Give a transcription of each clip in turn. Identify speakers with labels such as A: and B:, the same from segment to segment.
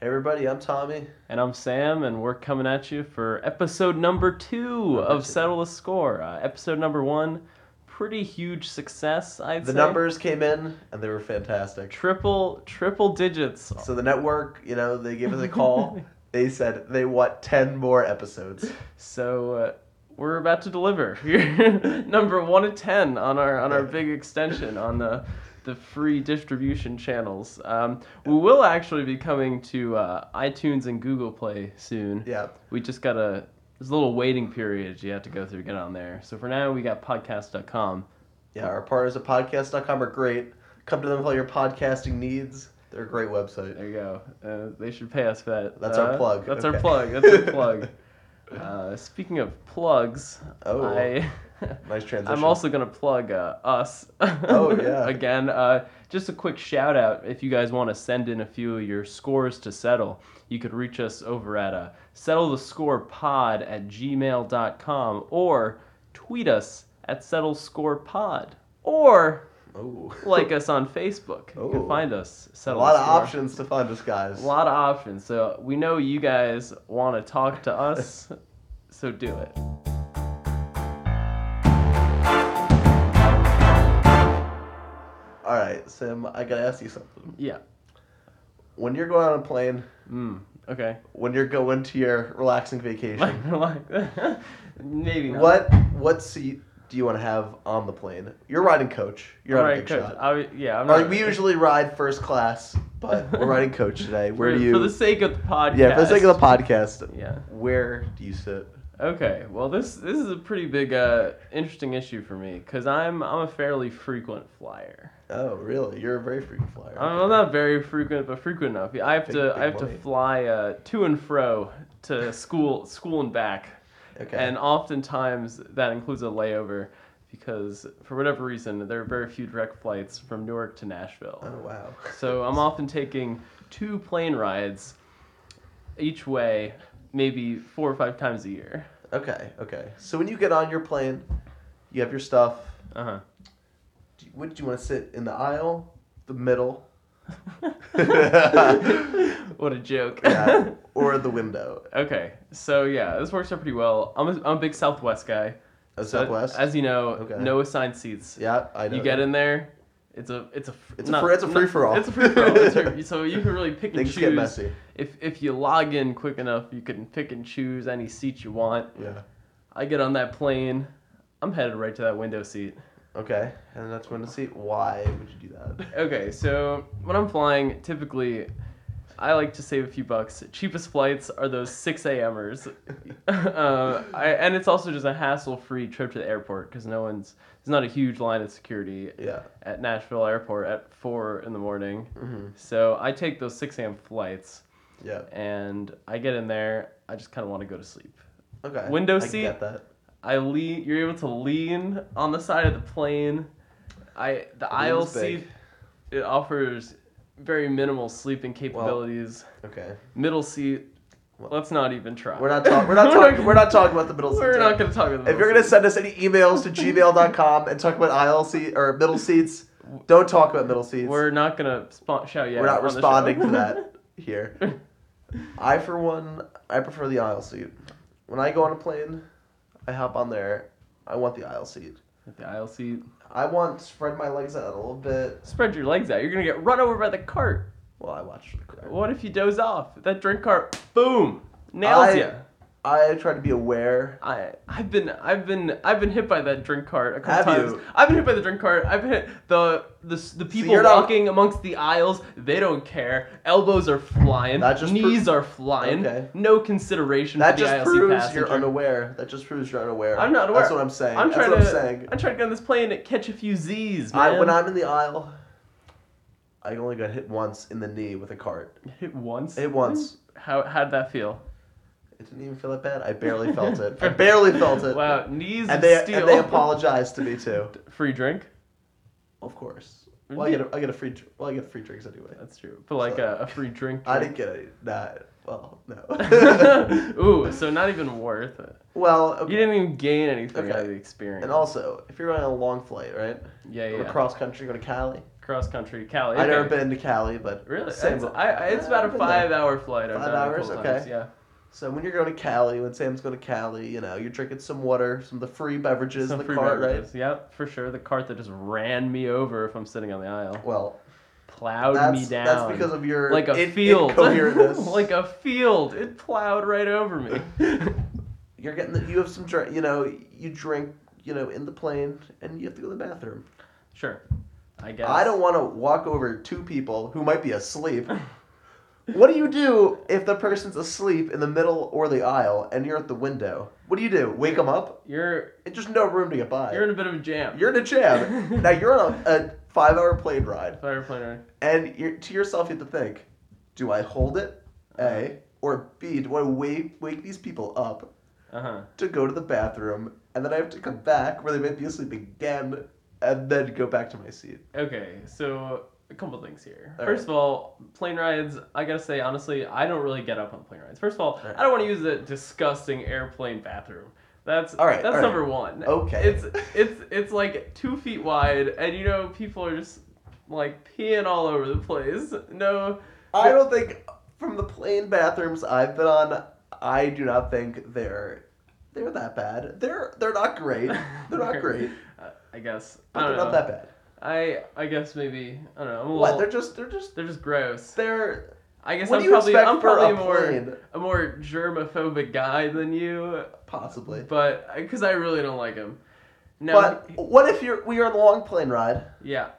A: Hey everybody, I'm Tommy.
B: And I'm Sam, and we're coming at you for episode number two
A: Number two.
B: of Settle a Score. Uh, episode number one, pretty huge success, I'd
A: The
B: say.
A: numbers came in and they were fantastic.
B: triple triple digits.
A: So the network, you know, they gave us a call. they said they want 10 more episodes.
B: So uh, we're about to deliver. number one of ten on our on our big extension on the the free distribution channels. Um, we will actually be coming to uh, iTunes and Google Play soon.
A: Yeah.
B: We just got a there's a little waiting period you have to go through to get on there. So for now, we got podcast.com.
A: Yeah, our partners at podcast.com are great. Come to them with all your podcasting needs. They're a great website.
B: There you go. Uh, they should pay us for that.
A: That's
B: Uh,
A: our plug.
B: That's
A: Okay.
B: our plug. That's our plug. Uh, speaking of plugs,
A: Oh.
B: I,
A: Nice transition.
B: I'm also going to plug uh, us.
A: Oh, yeah.
B: Again, uh, just a quick shout out if you guys want to send in a few of your scores to settle, you could reach us over at uh, settlethescorepod at gmail.com or tweet us at settlescorepod or
A: Ooh.
B: like us on Facebook. You
A: Oh.
B: can find us.
A: a
B: Settle
A: lot
B: the
A: of
B: Score.
A: options to find us, guys.
B: A lot of options. So we know you guys want to talk to us, so do it.
A: All right, Sam, I got to ask you something.
B: Yeah.
A: When you're going on a plane,
B: Mm. Okay.
A: when you're going to your relaxing vacation,
B: Like- Maybe not.
A: what what seat do you want to have on the plane? You're riding coach. You're
B: All
A: on a
B: right,
A: big
B: coach.
A: shot.
B: I would- yeah. I'm
A: Or,
B: not,
A: like, we usually ride first class, but we're riding coach today. Where
B: for,
A: do you?
B: For the sake of the podcast.
A: yeah, for the sake of the podcast,
B: Yeah.
A: where do you sit?
B: Okay. Well, this this is a pretty big, uh, interesting issue for me because I'm I'm a fairly frequent flyer.
A: Oh, really? You're a very frequent flyer.
B: I'm I'm not very frequent, but frequent enough. I have
A: Big-
B: to
A: big
B: I have
A: money.
B: to fly uh, to and fro to school school and back
A: Okay.
B: And oftentimes that includes a layover because for whatever reason there are very few direct flights from Newark to Nashville.
A: oh wow.
B: So I'm often taking two plane rides each way, maybe four or five times a year.
A: Okay. Okay. So when you get on your plane, you have your stuff.
B: Uh
A: Do you, what do you want to sit in the aisle, the middle,
B: huh. what a joke.
A: yeah, or the window?
B: okay, so yeah, this works out pretty well. I'm a, I'm a big Southwest guy.
A: Uh,
B: So,
A: Southwest.
B: as you know,
A: Okay.
B: no assigned seats.
A: yeah, I know.
B: You get in there. It's a it's a f-
A: It's a free- it's a free-for-all.
B: It's a free for all. It's a- so you can really pick and
A: Things
B: choose.
A: get messy.
B: If if you log in quick enough, you can pick and choose any seat you want.
A: Yeah.
B: I get on that plane. I'm headed right to that window seat.
A: Okay. And that's when to see why would you do that?
B: Okay, so when I'm flying, typically I like to save a few bucks. Cheapest flights are those 6 a.m.ers. uh, I, and it's also just a hassle free trip to the airport because no one's, there's not a huge line of security
A: Yeah.
B: at Nashville Airport at 4 in the morning.
A: hmm
B: So I take those 6 a.m. flights
A: Yeah.
B: and I get in there. I just kind of want to go to sleep.
A: Okay.
B: Window
A: I can
B: seat?
A: Get that.
B: I lean. You're able to lean on the side of the plane. I the aisle
A: Lean's
B: seat.
A: big.
B: It offers very minimal sleeping capabilities.
A: Okay.
B: middle seat.
A: Well-
B: let's not even try.
A: We're not talking. We're not talking. We're not talking about the middle seat.
B: We're
A: today.
B: not going to talk about. the
A: If you're gonna
B: middle seat.
A: send us any emails to gmail.com and talk about aisle seat or middle seats, don't talk about middle seats.
B: we're not going to spo- shout you
A: We're
B: out
A: not
B: on the
A: responding
B: show.
A: to that here. I for one, I prefer the aisle seat. When I go on a plane, I hop on there. I want the aisle seat.
B: the aisle seat.
A: I want to spread my legs out a little bit.
B: Spread your legs out. You're going to get run over by the cart.
A: Well, I watched the crowd.
B: What if you doze off? That drink cart, boom, nails
A: I-
B: you.
A: I try to be aware.
B: I I've been I've been I've been hit by that drink cart a couple
A: Have
B: times.
A: you?
B: I've been hit by the drink cart. I've been hit the the the people
A: you're not-
B: walking amongst the aisles. They don't care. Elbows are flying.
A: That just pro-
B: knees are flying.
A: Okay.
B: No consideration
A: That
B: for the
A: just
B: ILC
A: proves
B: passenger.
A: you're unaware. That just proves you're unaware.
B: I'm not aware.
A: That's what I'm saying.
B: I'm
A: That's
B: trying
A: what
B: to
A: I'm saying.
B: I'm trying to get on this plane and catch a few Z's, man.
A: I, when I'm in the aisle, I only got hit once in the knee with a cart.
B: hit once.
A: Hit once.
B: How how'd that feel?
A: It didn't even feel that bad. I barely felt it. I barely felt it.
B: Wow, knees
A: And
B: of
A: they,
B: steel.
A: and they apologized to me too.
B: Free drink.
A: Of course. Well, I get a, I get a free dr- well, I get free drinks anyway.
B: Mm-hmm. That's true. But like a, a free drink.
A: I didn't get any. Nah. Well, no.
B: Ooh, so not even worth it.
A: well,
B: You
A: okay.
B: didn't even gain anything out
A: Okay.
B: of the experience.
A: And also, if you're on a long flight, right?
B: yeah, yeah.
A: Across country, go to Cali.
B: Cross country Cali.
A: I've
B: Okay.
A: never been to Cali, but
B: Really?
A: Same
B: That's-
A: with-
B: I, I, it's
A: I've
B: about a
A: been there.
B: five hour flight. I've
A: Five
B: done it a
A: hours?
B: couple
A: Okay.
B: Times. Yeah.
A: So when you're going to Cali, when Sam's going to Cali, you know, you're drinking some water, some of the free beverages
B: Some
A: in the
B: free
A: cart,
B: beverages. Yep, for sure. The cart that just ran me over if I'm sitting on the aisle.
A: right? Well,
B: Plowed
A: that's,
B: me down.
A: that's because of your
B: like a
A: in-
B: field.
A: incoherentness.
B: like a field. It plowed right over me.
A: you're getting the, you have some drink, you know, you drink, you know, in the plane and you have to go to the bathroom.
B: sure. I guess.
A: I don't want to walk over two people who might be asleep. what do you do if the person's asleep in the middle or the aisle and you're at the window? What do you do? Wake them up?
B: You're
A: It's just no room to get by.
B: you're in a bit of a jam.
A: You're in a jam. now you're on a, a five-hour plane ride,
B: Fire plane right?
A: and you're, to yourself you have to think: Do I hold it? A or B? Do I wake wake these people up
B: Uh huh.
A: to go to the bathroom, and then I have to come back where they might be asleep again, and then go back to my seat?
B: Okay, so a couple things here.
A: All
B: First of all, plane rides, I gotta say, honestly, I don't really get up on plane rides. First of all,
A: All right.
B: I don't wanna use a disgusting airplane bathroom. That's
A: All right,
B: that's
A: all right. Oh,
B: number one.
A: Okay.
B: It's it's it's like two feet wide and you know people are just like peeing all over the place. No
A: I don't think from the plane bathrooms I've been on, I do not think they're they're that bad. They're they're not great. They're not great,
B: I- I guess.
A: but
B: I
A: they're
B: don't
A: not
B: know.
A: that bad.
B: I I guess maybe I don't know. I'm a
A: What?
B: little-
A: They're just they're just
B: they're just gross.
A: they're.
B: I guess
A: What do
B: I'm
A: you
B: probably
A: expect
B: I'm
A: for
B: probably
A: a
B: more
A: plane?
B: a more germophobic guy than you.
A: Possibly.
B: But because I really don't like him. No.
A: But what if you're we are on a long plane ride?
B: yeah,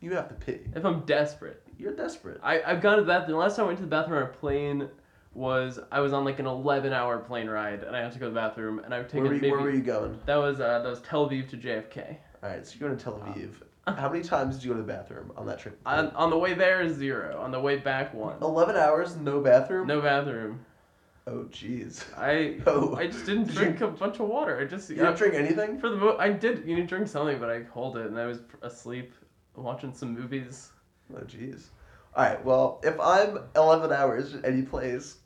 A: You have to pee.
B: if I'm desperate,
A: You're desperate.
B: I I've gone to the bathroom. Last time I went to the bathroom on a plane was I was on like an 11 hour plane ride and I had to go to the bathroom and I've
A: Where
B: taken
A: were, you,
B: maybe
A: where were you going?
B: that was uh, that was Tel Aviv to JFK.
A: All right, so you're going to Tel Aviv.
B: Uh.
A: How many times did you go to the bathroom on that trip?
B: On, on the way there is zero. On the way back one.
A: Eleven hours, no bathroom.
B: No bathroom.
A: Oh, jeez.
B: I
A: Oh.
B: I just didn't
A: Did
B: drink a bunch of water. I just
A: You didn't drink anything?
B: For the mo- I did you know, drink something, but I hold it, and I was asleep watching some movies.
A: Oh, jeez. All right. Well, if I'm eleven hours at any place,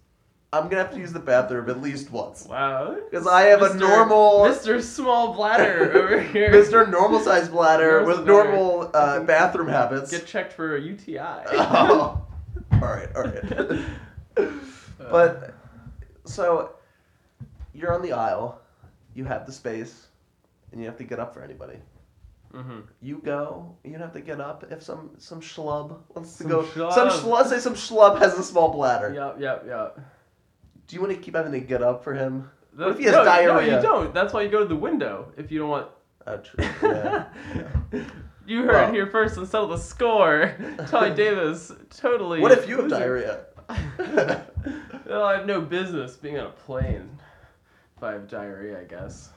A: I'm gonna have to use the bathroom at least once
B: Wow.
A: because I have a normal
B: Mr. Small Bladder over here.
A: Mr. Normal sized bladder
B: Normal
A: with
B: bladder.
A: normal uh, bathroom habits.
B: Get checked for a UTI.
A: oh. All right. All right. but so you're on the aisle, you have the space, and you have to get up for anybody.
B: hmm
A: You go. You don't have to get up if some some schlub wants to
B: Some
A: go.
B: schlub.
A: Some schl- let's say some schlub has a small bladder.
B: Yep, yep, yep.
A: Do you want to keep having to get up for him?
B: That-
A: if he has
B: no, No,
A: diarrhea?
B: you don't. That's why you go to the window if you don't want.
A: Oh, true. Yeah.
B: You heard
A: Well.
B: here first and settle the score. Ty Davis totally.
A: what if you have
B: losing-
A: diarrhea?
B: Well, I have no business being on a plane if I have diarrhea, I guess.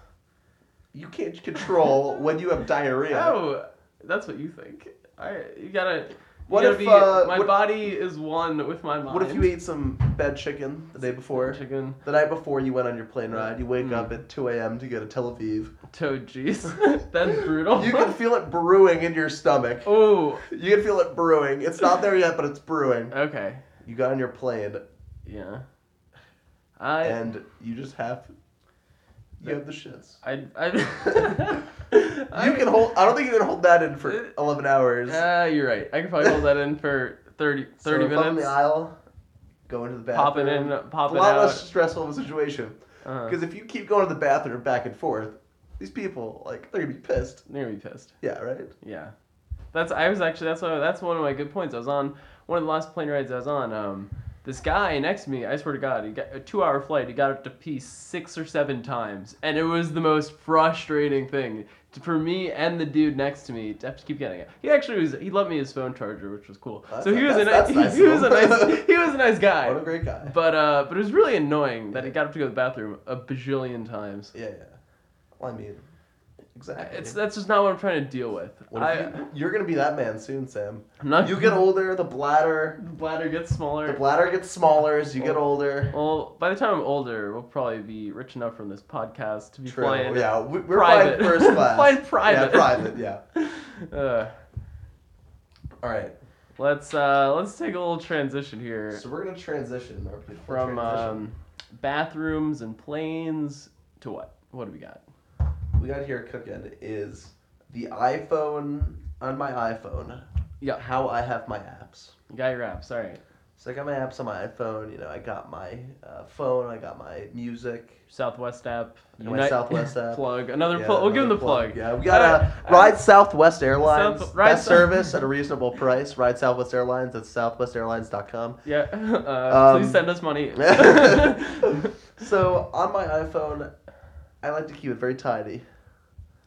A: you can't control when you have diarrhea.
B: Oh, that's what you think. I you gotta. You
A: What
B: gotta
A: if,
B: be,
A: uh,
B: my
A: what-
B: body is one with my mind?
A: what if you ate some bad chicken the day before?
B: chicken?
A: The night before you went on your plane ride, you wake
B: Mm.
A: up at 2 a.m. to go to Tel Aviv.
B: Toad juice. that's brutal.
A: You can feel it brewing in your stomach.
B: oh,
A: You can feel it brewing. It's not there yet, but it's brewing.
B: okay.
A: You got on your plane,
B: Yeah. I
A: and you just have you have the shits.
B: I I.
A: You can hold. I don't think you can hold that in
B: Uh,
A: for 11 hours.
B: Ah, you're right. I can probably hold that in for 30, 30
A: so if I'm in
B: minutes.
A: the aisle, go into the bathroom.
B: Pop it in, pop
A: It's
B: it
A: a lot
B: out.
A: less stressful of a situation.
B: Uh,
A: Because if you keep going to the bathroom back and forth, these people like they're gonna be pissed.
B: they're gonna be pissed.
A: Yeah, right.
B: Yeah, that's I was actually that's what, that's one of my good points. I was on one of the last plane rides I was on. Um, this guy next to me, I swear to God, he got a two-hour flight. He got up to pee six or seven times, and it was the most frustrating thing to, for me and the dude next to me to have to keep getting it. He actually was he left me his phone charger, which was cool.
A: That's
B: so he
A: not-
B: was a
A: that's-
B: ni-
A: that's
B: he,
A: nice
B: was a
A: of him.
B: nice he was a nice guy.
A: What a great guy.
B: But uh, but it was really annoying that he got up to go to the bathroom a bajillion times.
A: Yeah, yeah. Well, I mean, exactly.
B: It's that's just not what I'm trying to deal with.
A: What
B: I,
A: if you, you're gonna be that man soon, Sam.
B: I'm not.
A: You get older, the bladder,
B: the bladder gets smaller.
A: the bladder gets smaller as you
B: Oh.
A: get older.
B: Well, by the time I'm older, we'll probably be rich enough from this podcast to be
A: True.
B: flying.
A: Yeah, we, we're
B: private.
A: flying first class.
B: Flying private.
A: Yeah, private. Yeah.
B: Uh,
A: All right.
B: let's uh, let's take a little transition here
A: So we're gonna transition our people
B: from
A: transition.
B: um, bathrooms and planes to what? What do we got? um,
A: we got here cooking is the iPhone on my iPhone.
B: Yeah.
A: how I have my apps.
B: You got your apps. All right.
A: So I got my apps on my iPhone. You know, I got my uh, phone. I got my music.
B: Southwest app.
A: I got my Southwest app.
B: plug. Another
A: Yeah,
B: plug. We'll give them the
A: another
B: plug.
A: Yeah, we got a
B: Alright,
A: ride Southwest Airlines.
B: South- Ride
A: best
B: South-
A: service at a reasonable price. Ride Southwest Airlines at southwestairlines.com.
B: Yeah. Uh,
A: Um,
B: please send us money.
A: So on my iPhone, I like to keep it very tidy.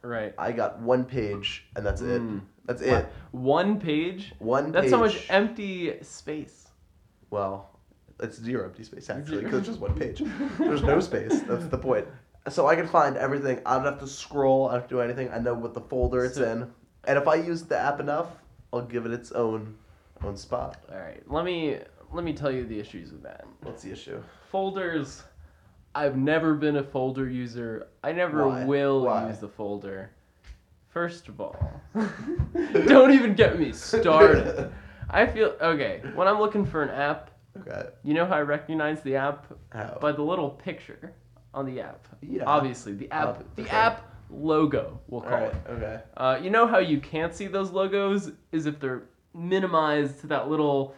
B: right.
A: I got one page, and that's it.
B: Mm.
A: That's it.
B: One page.
A: One.
B: That's
A: page.
B: how much empty space.
A: Well, it's zero empty space actually,
B: Zero.
A: because it's just one page. There's no space. That's the point. So I can find everything. I don't have to scroll. I don't have to do anything. I know what the folder it's
B: So-
A: in, and if I use the app enough, I'll give it its own own spot.
B: All right. Let me let me tell you the issues with that.
A: What's the issue?
B: Folders. I've never been a folder user. I never
A: Why?
B: will
A: Why?
B: use the folder. First of all, don't even get me started. I feel okay when I'm looking for an app.
A: okay.
B: You know how I recognize the app
A: How?
B: by the little picture on the app.
A: Yeah.
B: Obviously, the app,
A: Ob-
B: the
A: okay.
B: app logo. We'll
A: All
B: call
A: right.
B: it.
A: Okay.
B: Uh, you know how you can't see those logos is if they're minimized to that little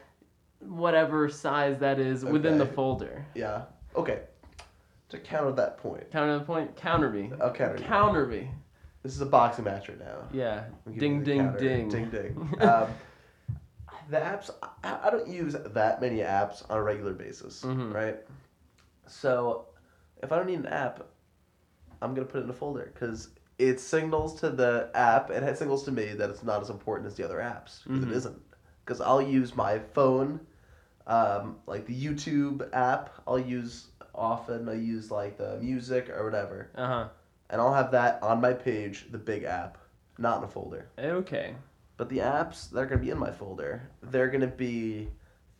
B: whatever size that is within the
A: Okay.
B: folder.
A: Yeah. Okay. To counter that point,
B: Counter the point. Counter me.
A: I'll Oh, counter you.
B: Counter me.
A: this is a boxing match right now.
B: Yeah.
A: I'll give you
B: Ding
A: the
B: ding,
A: counter.
B: ding
A: Ding ding. Um, the apps. I, I don't use that many apps on a regular basis,
B: Mhm.
A: right? So, if I don't need an app, I'm gonna put it in a folder because it signals to the app and it signals to me that it's not as important as the other apps because
B: Mhm.
A: isn't. Because I'll use my phone, um, like the YouTube app. I'll use often. I use like the music or whatever,
B: uh huh.
A: and I'll have that on my page, the big app, not in a folder.
B: Okay.
A: But the apps that are going to be in my folder, they're going to be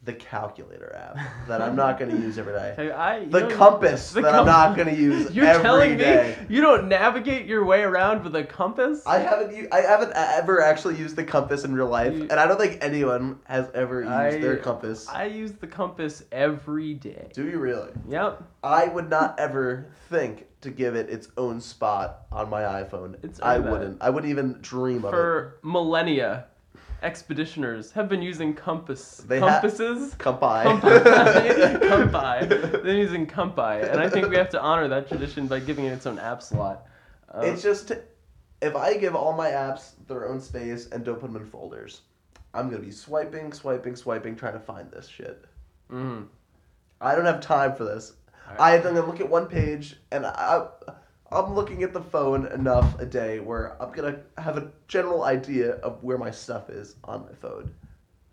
A: the calculator app that I'm not going to use every day.
B: Okay, I, you
A: The
B: don't-
A: compass that I'm
B: com-
A: not going to use
B: You're
A: every
B: telling
A: day.
B: me you don't navigate your way around with a compass?
A: I haven't u- I haven't e-, ever actually used the compass in real life,
B: You-
A: and I don't think anyone has ever used
B: I-
A: their compass.
B: I use the compass every day.
A: Do you really?
B: Yep.
A: I would not ever think to give it its own spot on my iPhone.
B: It's
A: I
B: on that.
A: wouldn't. I wouldn't even dream of
B: for millennia, expeditioners have been using compass
A: They ha-
B: compasses.
A: it. Compi.
B: Compi. Compi. They've been using compi, and I think we have to honor that tradition by giving it its own app slot. Uh,
A: It's just if I give all my apps their own space and don't put them in folders, I'm gonna be swiping, swiping, swiping, trying to find this shit.
B: mhm.
A: I don't have time for this. I, I'm gonna look at one page, and I, I'm looking at the phone enough a day where I'm gonna have a general idea of where my stuff is on my phone.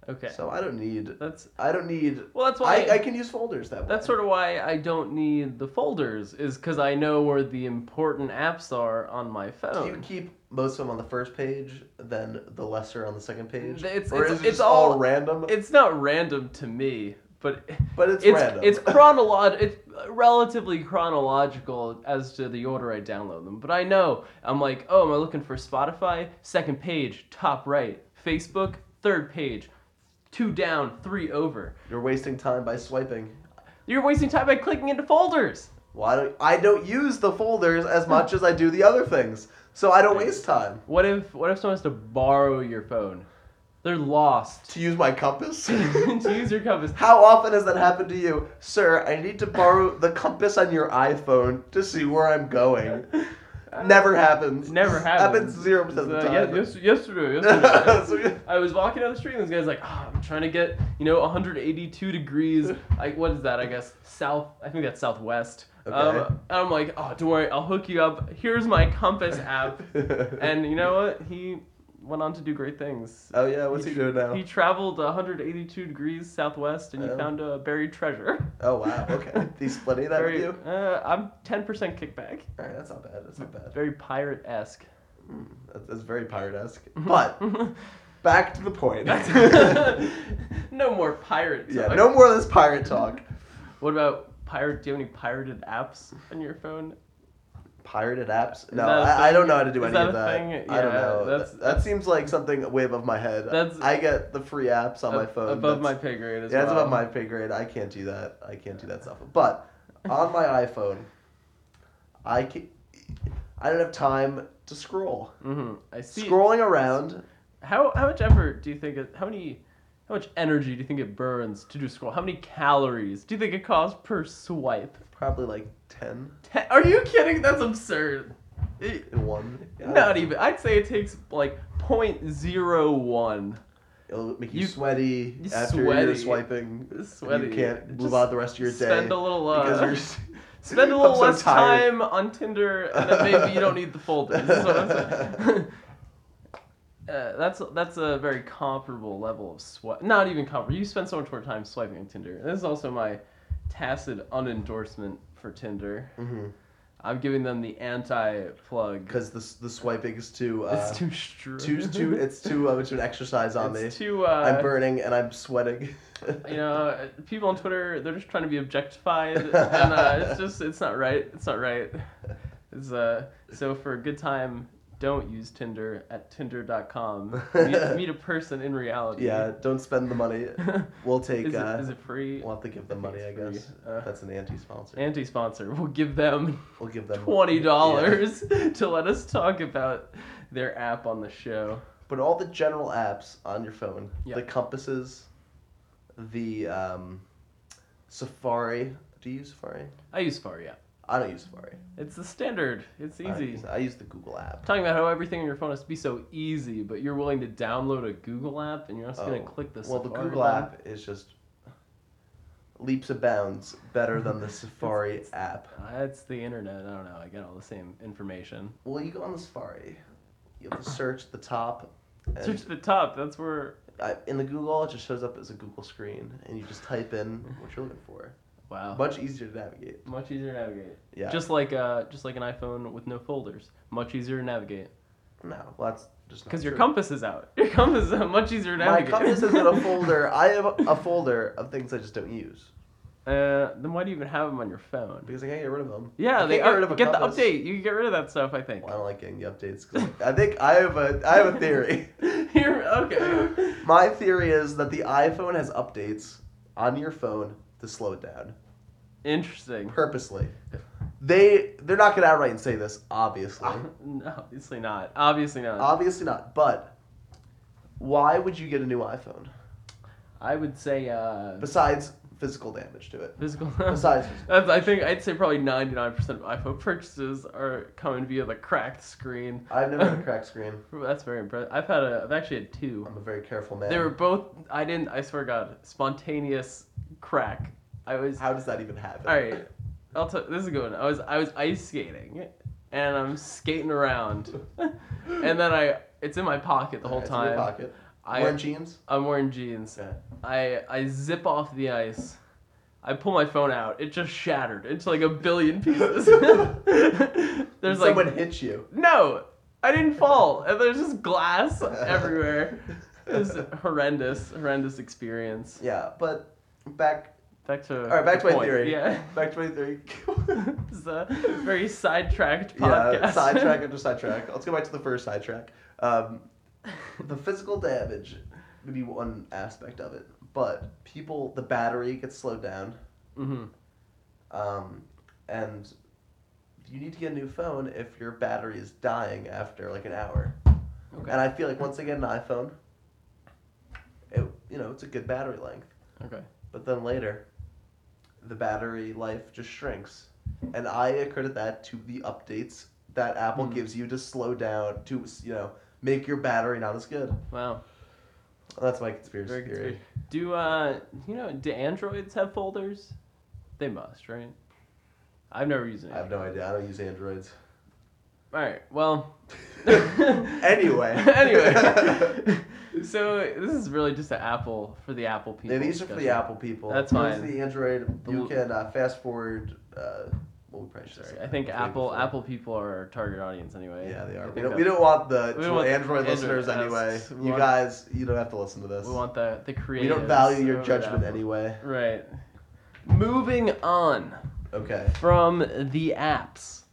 B: okay.
A: So I don't need.
B: That's
A: I don't need.
B: well. That's why.
A: I, I can use folders that way.
B: that's sort of why I don't need the folders, is because I know where the important apps are on my
A: Do you
B: phone.
A: keep most of them on the first page, then the lesser on the second page?
B: It's-
A: or
B: it's-
A: is it
B: it's
A: just all,
B: all-
A: random?
B: It's not random to me, but
A: But it's,
B: it's
A: random.
B: it's chronolog it's relatively chronological as to the order I download them. But I know I'm like, oh, am I looking for Spotify? Second page, top right. Facebook, third page, two down, three over.
A: You're wasting time by swiping.
B: You're wasting time by clicking into folders.
A: Why don't I don't use the folders as much as I do the other things, so I don't waste time
B: What if what if someone has to borrow your phone? They're lost.
A: to use my compass.
B: to use your compass.
A: How often has that happened to you, sir? I need to borrow the compass on your iPhone to see where I'm going. Never happens.
B: Never happens.
A: Happens zero percent of the
B: Uh,
A: time.
B: ye- yes- yesterday, yesterday.
A: So, yeah.
B: I was walking down the street and this guy's like, oh, I'm trying to get, you know, 182 degrees. Like, what is that? I guess south. I think that's southwest. Um,
A: Okay.
B: and I'm like, oh, don't worry, I'll hook you up. Here's my compass app. and you know what? He went on to do great things.
A: oh yeah, what's he, doing now?
B: He traveled 182 degrees southwest and he
A: Oh.
B: found a buried treasure.
A: oh wow, okay. He's splitting that
B: Very,
A: with you.
B: uh, I'm 10% kickback.
A: All right, that's not bad. That's not bad.
B: Very pirate esque.
A: Mm, That's, that's very pirate-esque. But back to the point.
B: no more pirate.
A: Yeah,
B: talk.
A: no more of this pirate talk.
B: What about pirate? Do you have any pirated apps on your phone?
A: Pirated apps? No,
B: that a
A: I, I don't
B: thing?
A: know how to do
B: Is
A: any
B: that
A: of
B: a
A: that.
B: thing?
A: I don't
B: Yeah,
A: know.
B: that's-
A: That, that seems like something way above my head.
B: That's-
A: I get the free apps on my
B: Ab-
A: phone.
B: Above my
A: that's-
B: pay grade as
A: Yeah,
B: well.
A: that's above my pay grade. I can't do that. I can't do that stuff. But on my iPhone, I can, I don't have time to scroll.
B: hmm I see.
A: Scrolling around
B: How how much effort do you think? It, how many? How much energy do you think it burns to do scroll? How many calories do you think it costs per swipe?
A: Probably like ten
B: Ten, are you kidding? That's absurd. It-
A: in one.
B: not even. I'd say it takes like 0.01.
A: It'll make you,
B: You-
A: sweaty
B: you
A: after
B: sweaty.
A: you're swiping. and
B: Sweaty.
A: You can't move
B: Just
A: out the rest of your day
B: Spend a little. Uh,
A: because you're. s-
B: Spend a little
A: I'm so
B: less
A: tired.
B: time on Tinder, and then maybe you don't need the folders. That's what I'm saying. Uh, that's that's a very comparable level of swipe. Not even comparable. You spend so much more time swiping on Tinder. This is also my tacit unendorsement for Tinder.
A: Mhm.
B: I'm giving them the anti-plug.
A: Because the s- the swiping is too. Uh,
B: it's too str-
A: too too it's too uh, much of an exercise on
B: It's
A: me.
B: too. Uh,
A: I'm burning and I'm sweating.
B: you know, uh, people on Twitter, they're just trying to be objectified, and uh, it's just, it's not right. It's not right. It's, uh, so for a good time, don't use Tinder at tinder.com. Meet, meet a person in reality.
A: yeah, don't spend the money. We'll take.
B: is,
A: uh,
B: it, is it free?
A: We'll have to give them
B: I
A: money, I
B: think it's
A: guess.
B: free. Uh,
A: That's an anti-sponsor.
B: Anti-sponsor. We'll give them
A: we'll give them
B: twenty
A: Yeah.
B: dollars to let us talk about their app on the show.
A: But all the general apps on your phone,
B: Yeah.
A: the compasses, the um, Safari. Do you use Safari?
B: I use Safari. Yeah,
A: I don't use Safari.
B: it's the standard. It's
A: I don't
B: easy.
A: use- I use the Google app.
B: talking about how everything on your phone has to be so easy, but you're willing to download a Google app and you're also
A: Oh.
B: going to click the
A: well, the
B: Safari
A: Google
B: button.
A: app is just leaps and bounds better than the Safari app.
B: Uh, it's the internet. I don't know. I get all the same information.
A: Well, you go on the Safari, you have to search the top. And
B: Search the top. That's where.
A: I, in the Google, it just shows up as a Google screen, and you just type in what you're looking for.
B: Wow.
A: Much easier to navigate.
B: much easier to navigate.
A: Yeah.
B: Oh. Just like uh, just like an iPhone with no folders. Much easier to navigate.
A: no, well, that's just
B: Because
A: not
B: your
A: true.
B: compass is out. Your compass is out. Much easier to
A: My
B: navigate.
A: compass is in a folder. I have a folder of things I just don't use
B: Uh, then why do you even have them on your phone?
A: because I can't get rid of them.
B: Yeah,
A: I
B: they
A: can't get
B: are,
A: rid of a
B: get
A: compass.
B: the update. You can get rid of that stuff. I think.
A: Well, I don't like getting the updates. 'cause I think I have a I have a theory.
B: Here, okay.
A: My theory is that the iPhone has updates on your phone to slow it down
B: Interesting.
A: purposely. They they're not gonna outright say this, obviously.
B: Obviously not. Obviously not.
A: Obviously not. But why would you get a new iPhone
B: I would say uh,
A: besides physical damage to it?
B: physical.
A: Besides,
B: That's, I think I'd say probably 99% of iPhone purchases are coming via the cracked screen.
A: I've never had a cracked screen.
B: That's very impressive. I've had a. I've actually had two.
A: I'm a very careful man.
B: They were both. I didn't. I swear to God, spontaneous crack. I was.
A: How does that even happen?
B: All right, I'll tell. This is a good one. I was I was ice skating, and I'm skating around, and then I. It's in my pocket the whole
A: It's in your
B: time.
A: pocket.
B: I-
A: Wearing jeans.
B: I'm wearing jeans.
A: Okay.
B: I I zip off the ice. I pull my phone out. It just shattered into like a billion pieces. there's like
A: someone hits you.
B: no, I didn't fall. And there's just glass everywhere. It was a horrendous, horrendous experience.
A: Yeah, but back
B: Back to all
A: right, back to my theory.
B: Yeah,
A: back to my theory.
B: it's a very sidetracked podcast.
A: yeah, sidetrack after sidetrack. Let's go back to the first sidetrack. Um, the physical damage would be one aspect of it, but people, the battery gets slowed down,
B: hmm
A: um, and you need to get a new phone if your battery is dying after like an hour.
B: Okay.
A: And I feel like once I get an iPhone, it you know it's a good battery length.
B: Okay.
A: But then later, the battery life just shrinks. And I accredit that to the updates that Apple
B: Hmm.
A: gives you to slow down, to, you know, make your battery not as good.
B: Wow.
A: That's my conspiracy
B: Very good.
A: theory.
B: theory. Do uh, you know, do androids have folders? They must, right? I've never used an
A: I have no idea. I don't use Androids.
B: All right. Well.
A: Anyway.
B: anyway. so this is really just an Apple for the Apple people.
A: Yeah, these are for the
B: discussion.
A: Apple people.
B: That's
A: These are
B: fine.
A: the Android,
B: The
A: you
B: l-
A: can uh, fast forward. Uh, well, we probably should
B: Sorry.
A: say
B: I think
A: that before-
B: Apple
A: before.
B: Apple people are our target audience anyway.
A: Yeah, they
B: I
A: are.
B: think
A: We don't,
B: that-
A: we don't want the
B: We
A: to
B: don't want the
A: Android listeners
B: Android
A: anyway.
B: us. We
A: You
B: want-
A: guys, you don't have to listen to this.
B: We want the the creative.
A: We don't value your judgment anyway.
B: Right. Moving on
A: Okay.
B: from the apps,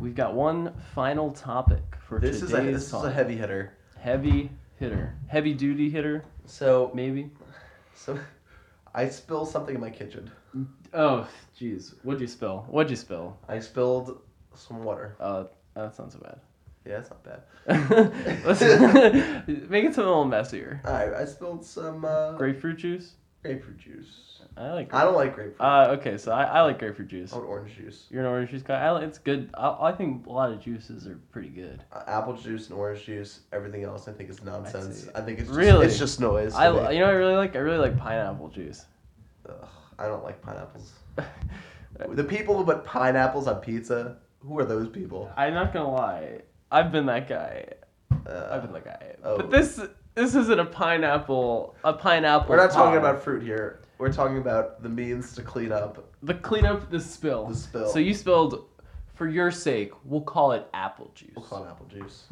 B: we've got one final topic for
A: This is a
B: today's
A: this is
B: talk.
A: a heavy hitter.
B: heavy hitter, heavy duty hitter,
A: So
B: maybe.
A: so, I spill something in my kitchen.
B: Oh, jeez. What'd you spill? What'd you spill?
A: I spilled some water.
B: Uh, that sounds so bad.
A: Yeah, that's not bad.
B: Let's make it something a little messier.
A: All right, I spilled some uh,
B: Grapefruit juice.
A: grapefruit juice.
B: I like.
A: I Oh. don't like grapefruit.
B: Uh, okay, so I, I like grapefruit juice.
A: I want orange juice.
B: You're an orange juice guy. I like, it's good. I, I think a lot of juices are pretty good.
A: Uh, apple juice and orange juice. Everything else, I think, is nonsense.
B: see.
A: I, think it's just,
B: Really?
A: it's just noise. to
B: I
A: me.
B: li- you know what I really like I really like pineapple juice.
A: Ugh, I don't like pineapples. the people who put pineapples on pizza, who are those people?
B: I'm not gonna lie. I've been that guy. I've
A: Uh,
B: been that guy.
A: oh.
B: But this this isn't a pineapple a pineapple.
A: we're not talking
B: pie.
A: about fruit here. We're talking about the means to clean up.
B: the cleanup the spill.
A: The spill.
B: So you spilled for your sake, we'll call it apple juice.
A: We'll call it apple juice.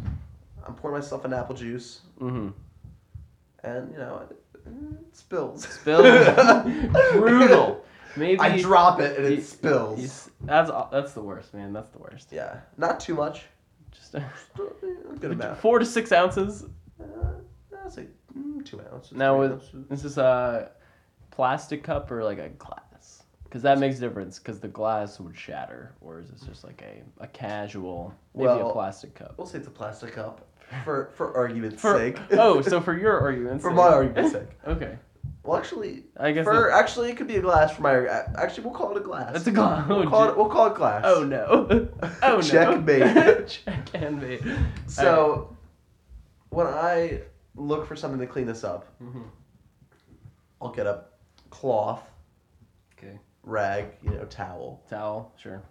A: I'm pouring myself an apple juice,
B: mm-hmm.
A: and you know, it, it spills.
B: Spill brutal. Maybe
A: I drop it and
B: you-
A: it spills.
B: you s- that's that's the worst, man. That's the worst.
A: yeah, not too much.
B: Just a,
A: Just a good amount.
B: four to six ounces.
A: Uh, that's like mm, two ounces.
B: Now
A: three
B: with-
A: ounces.
B: This is a plastic cup or like a glass? Because that makes a difference. Because the glass would shatter, or is this just like a, a casual maybe
A: Well,
B: a plastic cup?
A: we'll say it's a plastic cup for for argument's
B: For,
A: sake.
B: oh, so for your argument.
A: For my argument's sake.
B: Okay,
A: Well, actually,
B: I guess
A: for actually it could be a glass for my. Actually, we'll call it a glass.
B: It's a glass.
A: We'll
B: Oh,
A: call
B: gee.
A: it. We'll call it glass.
B: Oh no. Oh no.
A: Checkmate.
B: Check and mate.
A: So, when I look for something to clean this up,
B: Mhm.
A: I'll get a cloth,
B: Okay.
A: rag, you know, towel
B: Towel, sure.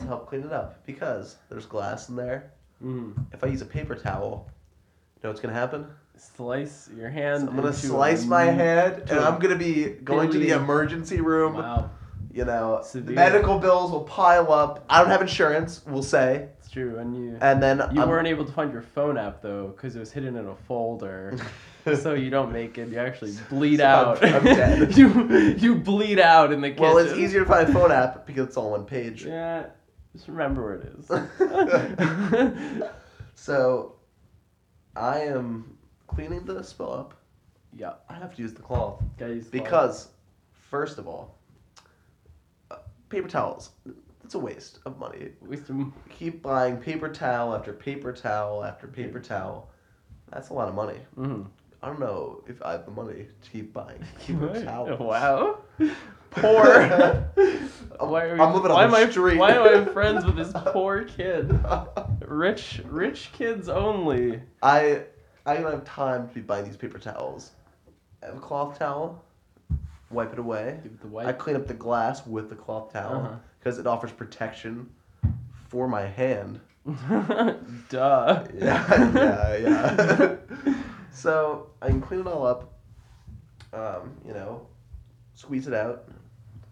A: to help clean it up because there's glass in there.
B: Mm.
A: If I use a paper towel, you know what's gonna happen?
B: Slice your hand.
A: I'm gonna
B: into
A: slice
B: a
A: my
B: new-
A: head, and
B: to a
A: I'm gonna be going to the
B: billion-
A: emergency room.
B: Wow,
A: You know, the
B: Severe.
A: medical bills will pile up. I don't have insurance, we'll say,
B: it's true. And you
A: and then
B: you
A: I'm-
B: weren't able to find your phone app though, because it was hidden in a folder. so you don't make it. You actually bleed
A: So I'm-
B: out.
A: I'm dead.
B: you you bleed out in the kitchen.
A: Well, it's easier to find a phone app because it's all one page.
B: Yeah, just remember where it is.
A: So, I am cleaning the spill up.
B: yeah,
A: I have to use the cloth
B: gotta use the
A: because, first of all, uh, paper towels. It's a waste of money.
B: bottle. Waste of-
A: Keep buying paper towel after paper towel after paper towel. That's a lot of money.
B: Mhm.
A: I don't know if I have the money to keep buying paper towels.
B: Wow. Poor. why are we,
A: I'm living on
B: why
A: the
B: am I-
A: street.
B: Why am I friends with this poor kid? Rich, rich kids only.
A: I I don't have time to be buying these paper towels. I have a cloth towel, wipe it away.
B: Give it the
A: I
B: white.
A: clean up the glass with the cloth
B: Uh-huh.
A: towel because it offers protection for my hand.
B: Duh.
A: Yeah, yeah, yeah. so I can clean it all up, um, you know, squeeze it out,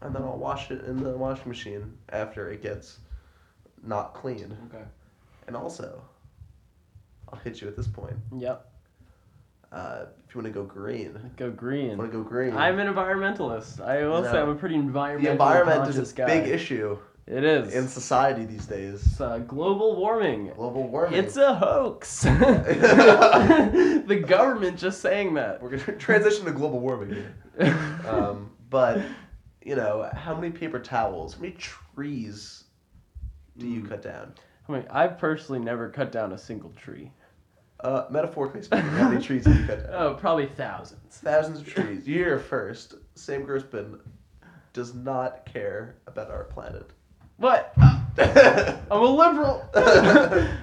A: and then I'll wash it in the washing machine after it gets not clean.
B: okay.
A: And also, I'll hit you at this point.
B: Yep.
A: Uh, if you want to go green,
B: Go green.
A: want to go green.
B: I'm an environmentalist. I will
A: No.
B: say I'm a pretty environmental.
A: the environment is
B: conscious
A: a
B: guy.
A: big issue
B: It is.
A: in
B: It's
A: society these days.
B: uh, global warming.
A: Global warming.
B: It's a hoax. the government just saying that.
A: We're gonna transition to global warming. here. Um, but you know, how many paper towels, how many trees do
B: Hmm.
A: you cut down?
B: I mean, I've personally never cut down a single tree.
A: Uh, metaphorically speaking, how many trees have you cut down?
B: Oh, probably thousands.
A: Thousands of trees. Year first, Sam Gerspin does not care about our planet.
B: What? I'm a liberal.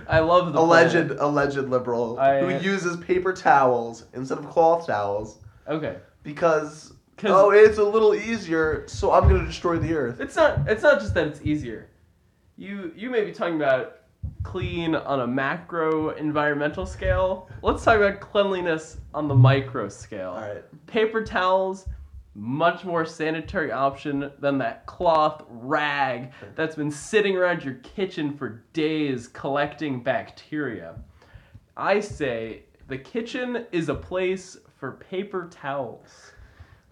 B: I love the
A: alleged
B: planet.
A: alleged liberal
B: I-
A: who uses paper towels instead of cloth towels
B: Okay.
A: because
B: 'Cause-
A: oh it's a little easier so i'm gonna destroy the earth
B: It's not. It's not just that it's easier. You you may be talking about clean on a macro environmental scale. Let's talk about cleanliness on the micro scale.
A: all right
B: Paper towels, much more sanitary option than that cloth rag that's been sitting around your kitchen for days collecting bacteria. I say the kitchen is a place for paper towels.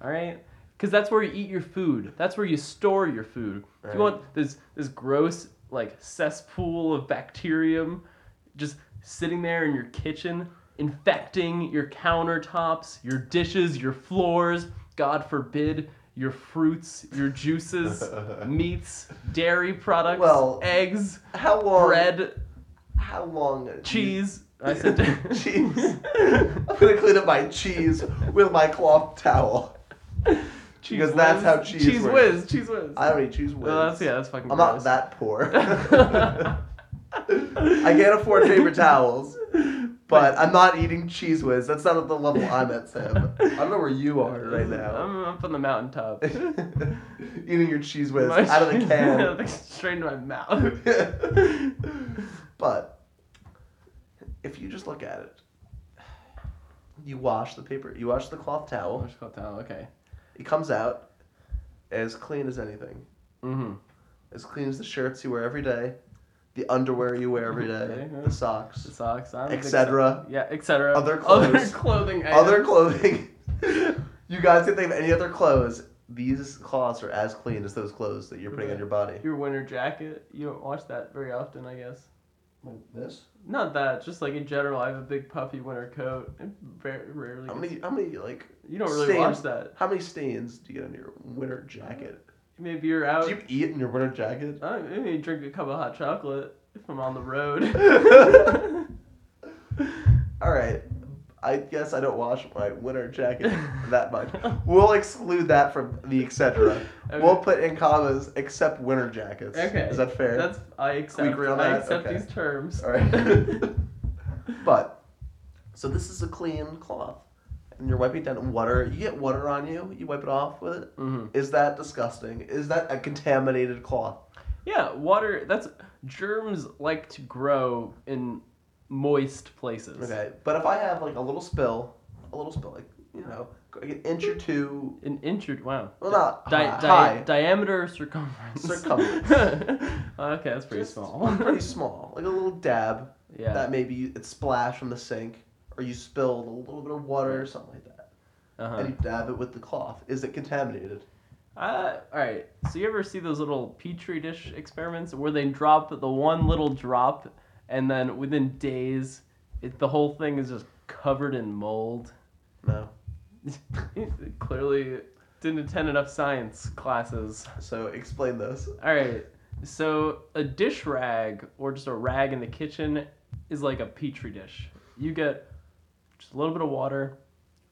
B: All right? Because that's where you eat your food. That's where you store your food. If you
A: Right.
B: want this this gross like cesspool of bacterium just sitting there in your kitchen, infecting your countertops, your dishes, your floors, God forbid, your fruits, your juices, meats, dairy products,
A: Well,
B: eggs,
A: how long
B: bread.
A: how long? do you-
B: Cheese. I said
A: cheese. I'm gonna clean up my cheese with my cloth towel.
B: Cheese
A: Because that's
B: whiz.
A: how cheese
B: Cheese
A: works.
B: whiz. Cheese whiz.
A: I don't eat cheese whiz.
B: Well, that's yeah. That's fucking.
A: I'm not
B: gross.
A: that poor. I can't afford paper towels, but I'm not eating cheese whiz. That's not at the level I'm at, Sam. I don't know where you are right now.
B: I'm up on the mountaintop.
A: eating your cheese whiz out of the can.
B: Straight into my mouth.
A: but if you just look at it, you wash the paper, you wash the cloth
B: Oh,
A: towel,
B: it's called towel. Okay.
A: it comes out as clean as anything,
B: Mm-hmm.
A: as clean as the shirts you wear every day, the underwear you wear every day,
B: Okay, yeah.
A: the
B: The
A: socks,
B: socks. I don't think so.
A: etc.
B: Yeah, etc.
A: Other
B: Other
A: clothes.
B: clothing.
A: Other
B: items.
A: clothing. you guys can think of any other clothes. These cloths are as clean as those clothes that you're putting on your body.
B: Your winter jacket. You don't wash that very often, I guess.
A: Like this?
B: Not that. Just like in general, I have a big puffy winter coat. It very rarely.
A: How
B: gets-
A: many? How many? Like
B: you don't really
A: stains-
B: wash that.
A: How many stains do you get on your winter jacket?
B: Maybe you're out.
A: Do you eat in your winter jacket?
B: I maybe drink a cup of hot chocolate if I'm on the road.
A: All right. I guess I don't wash my winter jacket that much. We'll exclude that from the etc.
B: Okay.
A: We'll put in commas except winter jackets.
B: okay.
A: Is that fair?
B: That's I accept.
A: agree on
B: I
A: that?
B: accept
A: Okay.
B: these terms. Mm-hmm.
A: All right. but so this is a clean cloth, and you're wiping down water. You get water on you. You wipe it off with it.
B: Mhm.
A: Is that disgusting? Is that a contaminated cloth?
B: Yeah, water. That's germs like to grow in moist places.
A: Okay. But if I have like a little spill, a little spill, like you know, like an inch or two
B: An inch or wow.
A: Well, not
B: Di-
A: hi-
B: di-
A: high.
B: Diameter or circumference.
A: Circumference.
B: okay, that's pretty
A: Just
B: small.
A: pretty small. Like a little dab
B: yeah,
A: that maybe it splashed from the sink or you spilled a little bit of water or something like that.
B: uh-huh.
A: And you dab it with the cloth. Is it contaminated?
B: Uh, all right. So you ever see those little petri dish experiments where they drop the one little drop, and then within days, it, the whole thing is just covered in mold.
A: No.
B: Clearly, didn't attend enough science classes.
A: So explain this.
B: All right. So a dish rag or just a rag in the kitchen is like a petri dish. You get just a little bit of water,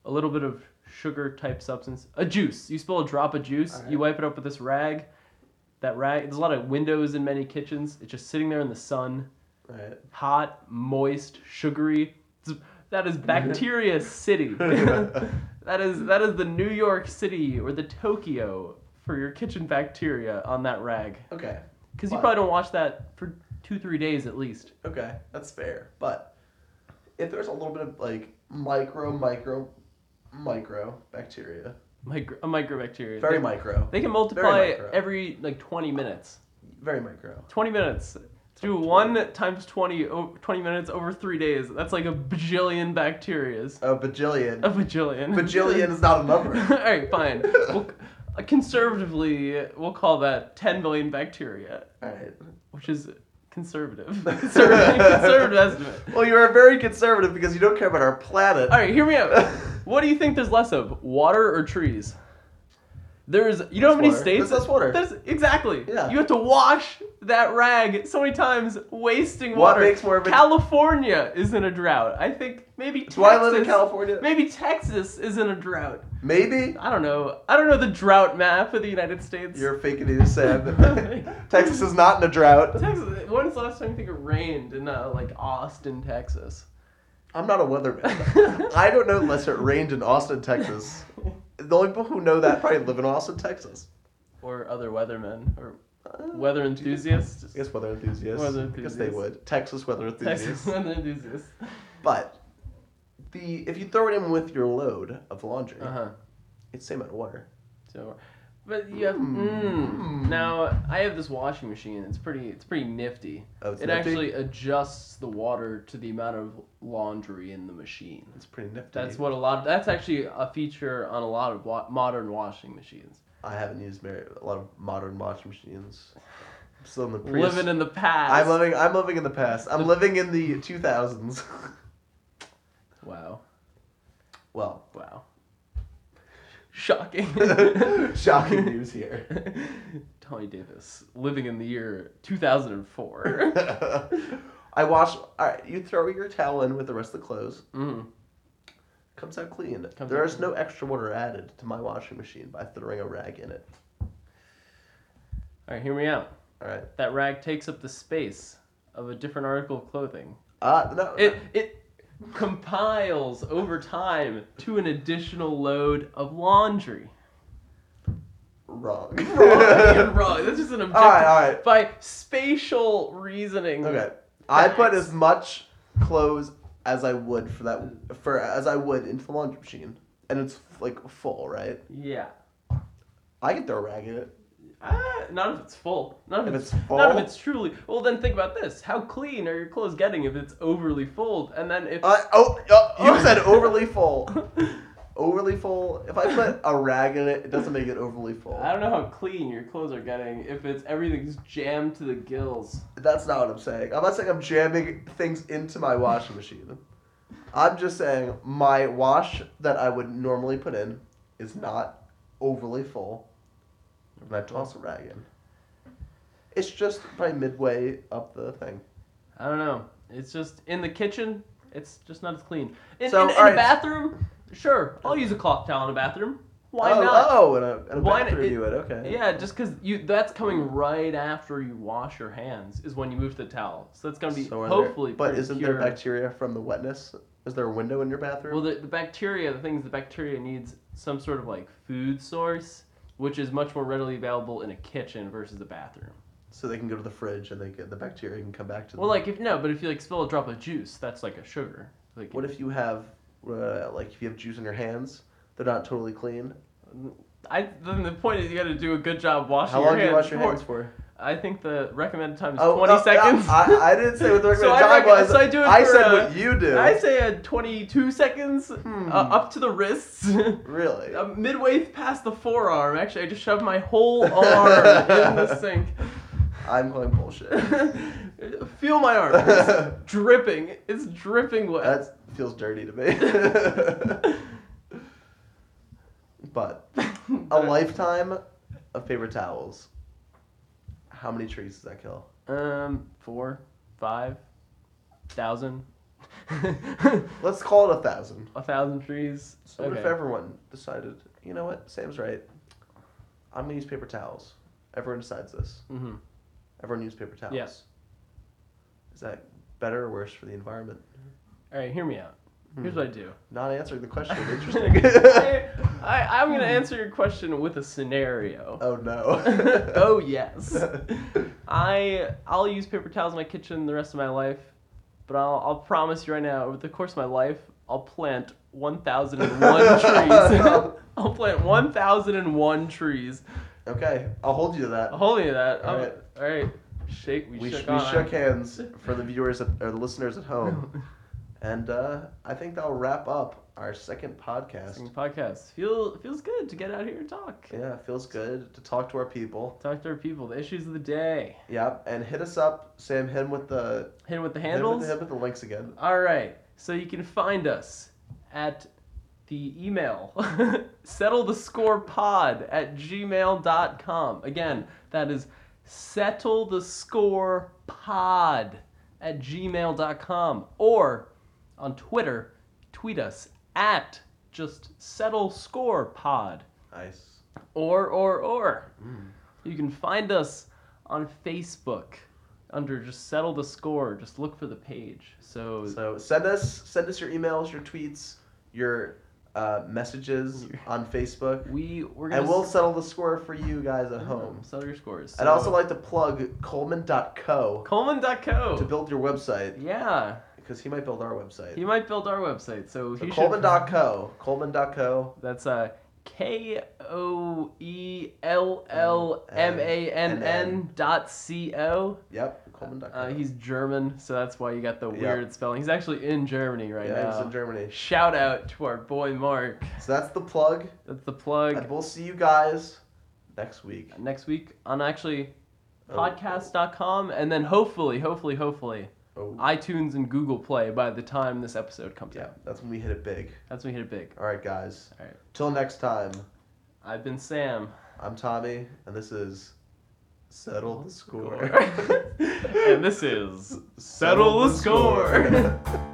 B: a little bit of sugar type substance, a juice. You spill a drop of juice,
A: All right.
B: you wipe it up with this rag. That rag, there's a lot of windows in many kitchens. It's just sitting there in the sun,
A: Right.
B: hot, moist, sugary. It's- That is bacteria city. that is that is the New York City or the Tokyo for your kitchen bacteria on that rag.
A: Okay.
B: Because you
A: But-
B: probably don't watch that for two, three days at least.
A: Okay. That's fair. But if there's a little bit of like micro, micro, micro bacteria,
B: Micro, a microbacteria.
A: very
B: they,
A: micro,
B: They can multiply
A: micro.
B: every like 20 minutes.
A: very micro.
B: 20 minutes. Do one times 20, o- 20 minutes over three days. That's like a bajillion bacterias.
A: A
B: A
A: bajillion.
B: bajillion.
A: Bajillion is not a
B: All
A: number.
B: right, fine. We'll, uh, conservatively, we'll call that 10 billion bacteria,
A: All right.
B: which is conservative. conservative, conservative estimate.
A: Well, you are very conservative because you don't care about our planet.
B: All right, hear me out. What do you think there's less of, water or trees? There's, you know how
A: Less
B: many
A: water.
B: states?
A: There's less water.
B: There's- exactly.
A: Yeah.
B: You have to wash that rag so many times, wasting
A: What
B: water.
A: makes more of a-
B: California is in a drought. I think maybe Texas.
A: Do I live in California?
B: Maybe Texas is in a drought.
A: Maybe.
B: I don't know. I don't know the drought map of the United States.
A: You're faking news, Sam. Texas is not in a drouut.
B: Texas. When's the last time you think it rained in uh, like Austin, Texas?
A: I'm not a weatherman. I don't know unless it rained in Austin, Texas. The only people who know that probably live in Austin, Texas.
B: Or other weathermen or
A: Uh,
B: weather enthusiasts.
A: I guess weather enthusiasts.
B: Weather
A: Because they
B: enthusiasts.
A: would. Texas weather enthusiasts.
B: Texas weather enthusiasts.
A: But the if you throw it in with your load of laundry,
B: Uh huh.
A: it's same amount of water.
B: So, but you have.
A: Hmm.
B: Mm. Now I have this washing machine. It's pretty. It's pretty nifty.
A: Oh, it's
B: it
A: nifty?
B: actually adjusts the water to the amount of laundry in the machine.
A: It's pretty nifty.
B: That's what a lot. Of, that's actually a feature on a lot of wa- modern washing machines.
A: I haven't used very, a lot of modern washing machines. I'm still in the pre-
B: Living in the past.
A: I'm living. I'm living in the past. I'm living in the 2000s.
B: Wow.
A: well,
B: Wow. Shocking.
A: shocking news here.
B: Tony Davis, living in the year 2004.
A: I wash. All right, you throw your towel in with the rest of the clothes.
B: Mm.
A: Comes out clean.
B: Comes
A: there
B: out
A: is no extra water added to my washing machine by throwing a rag in it.
B: All right, hear me out.
A: All right.
B: That rag takes up the space of a different article of clothing.
A: Uh, no.
B: It it compiles over time to an additional load of laundry.
A: wrong.
B: Wrong, and wrong. This is an objective.
A: All right, all right.
B: By spatial reasoning.
A: Okay. I put
B: Facts.
A: as much clothes as I would for that for as I would into the laundry machine, and it's like full, right?
B: Yeah.
A: I can throw a rag in it.
B: Ah, not if it's full. Not if,
A: If
B: it's,
A: it's full?
B: Not if it's truly. Well, then think about this. How clean are your clothes getting if it's overly full? And then if
A: I oh, uh, you said overly full. Overly full. If I put a rag in it, it doesn't make it overly full.
B: I don't know how clean your clothes are getting if it's everything's jammed to the gills.
A: That's not what I'm saying. I'm not saying I'm jamming things into my washing machine. I'm just saying my wash that I would normally put in is not overly full. And I toss a rag in. It's just probably midway up the thing.
B: I don't know. It's just in the kitchen. It's just not as clean. In,
A: So,
B: in, in
A: all
B: the
A: right.
B: bathroom, sure. I'll use a cloth towel in the bathroom. Why
A: oh,
B: not?
A: Oh, and a, and a
B: Why not?
A: bathroom
B: It-
A: you would. Okay.
B: Yeah, just because you that's coming right after you wash your hands is when you move to the towel. So that's gonna be
A: So are there-
B: hopefully.
A: but
B: pretty
A: isn't
B: pure.
A: there bacteria from the wetness? Is there a window in your bathroom?
B: Well, the, the bacteria, the things the bacteria needs some sort of like food source, which is much more readily available in a kitchen versus a bathroom.
A: so they can go to the fridge and they get, the bacteria can come back to them.
B: Well, like if no, but if you like spill a drop of juice, that's like a sugar. Like
A: What if you have, uh, like, if you have juice in your hands, they're not totally clean?
B: I then the point is you got to do a good job washing.
A: How long
B: your
A: do you
B: hands
A: wash your
B: before-
A: hands for?
B: I think the recommended time is
A: Oh,
B: twenty
A: no,
B: seconds.
A: no, I, I didn't say what the
B: So
A: recommended
B: I
A: time
B: reckon-
A: was.
B: so I do it for,
A: said
B: uh,
A: what you do.
B: I say uh, twenty-two seconds
A: Hmm.
B: uh, up to the wrists.
A: really?
B: Uh, midway past the forearm, actually, I just shoved my whole arm in the sink.
A: I'm calling bullshit.
B: Feel my arm. It's dripping. It's dripping wet.
A: that feels dirty to me. but a lifetime of paper towels. How many trees does that kill?
B: Um, four, five, thousand,
A: Let's call it a thousand.
B: a thousand trees.
A: So what if everyone decided, you know what, Sam's right. I'm gonna use paper towels. Everyone decides this.
B: hmm
A: Everyone use paper towels.
B: Yes.
A: Is that better or worse for the environment?
B: All right, hear me out. Here's what I do.
A: Not answering the question. Hmm. Interesting. Hmm.
B: I, I, I'm gonna answer your question with a scenario.
A: oh no.
B: oh yes. I I'll use paper towels in my kitchen the rest of my life, but I'll I'll promise you right now, over the course of my life, I'll plant one thousand and one trees. I'll plant one thousand and one trees.
A: okay, I'll hold you to that.
B: Holy that. All
A: All
B: right.
A: right.
B: All right. Shake. We,
A: We,
B: Oh, shook,
A: sh- we
B: on.
A: shook hands for the viewers at, or the listeners at home, and uh, I think that'll wrap up our second podcast.
B: Podcast. Feel feels good to get out here and talk.
A: Yeah, it feels good to talk to our people.
B: Talk to our people. The issues of the day.
A: Yep, and hit us up, Sam. Hit him with the
B: Hit 'em with the
A: hit him with
B: handles.
A: the, hit him with the links again.
B: All right. So you can find us at the email settle the score pod at gmail.com. Again, that is settle the score pod at gmail.com or on Twitter, tweet us at just settle score pod
A: Nice.
B: or or or.
A: Hmm.
B: You can find us on Facebook under just settle the score. Just look for the page.
A: So send us send us your emails, your tweets, your uh, messages on Facebook,
B: We we're gonna
A: and
B: Mm-hmm.
A: we'll settle the score for you guys at home.
B: Settle your scores.
A: I'd also like to plug Coleman.co
B: Coleman.co.
A: to build your website
B: yeah,
A: because he might build our website.
B: he might build our website,
A: So
B: so, he should.
A: Coleman.co, Coleman.co,
B: That's uh, K O E L L M A N N dot C O.
A: yep, Coleman.co.
B: Uh, he's German, so that's why you got the
A: Yeah.
B: weird spelling. He's actually in Germany right
A: yeah,
B: now.
A: he's in Germany.
B: Shout out to our boy Mark.
A: So that's the plug.
B: That's the plug.
A: And we'll see you guys next week.
B: Next week on actually
A: Oh.
B: podcast.com and then hopefully, hopefully, hopefully
A: Oh,
B: iTunes and Google Play by the time this episode comes
A: yeah,
B: out.
A: that's when we hit it big.
B: That's when we hit it big.
A: All right, guys.
B: All right.
A: Till next time,
B: I've been Sam.
A: I'm Tommy, and this is Settle the score.
B: and this is Settle the Score.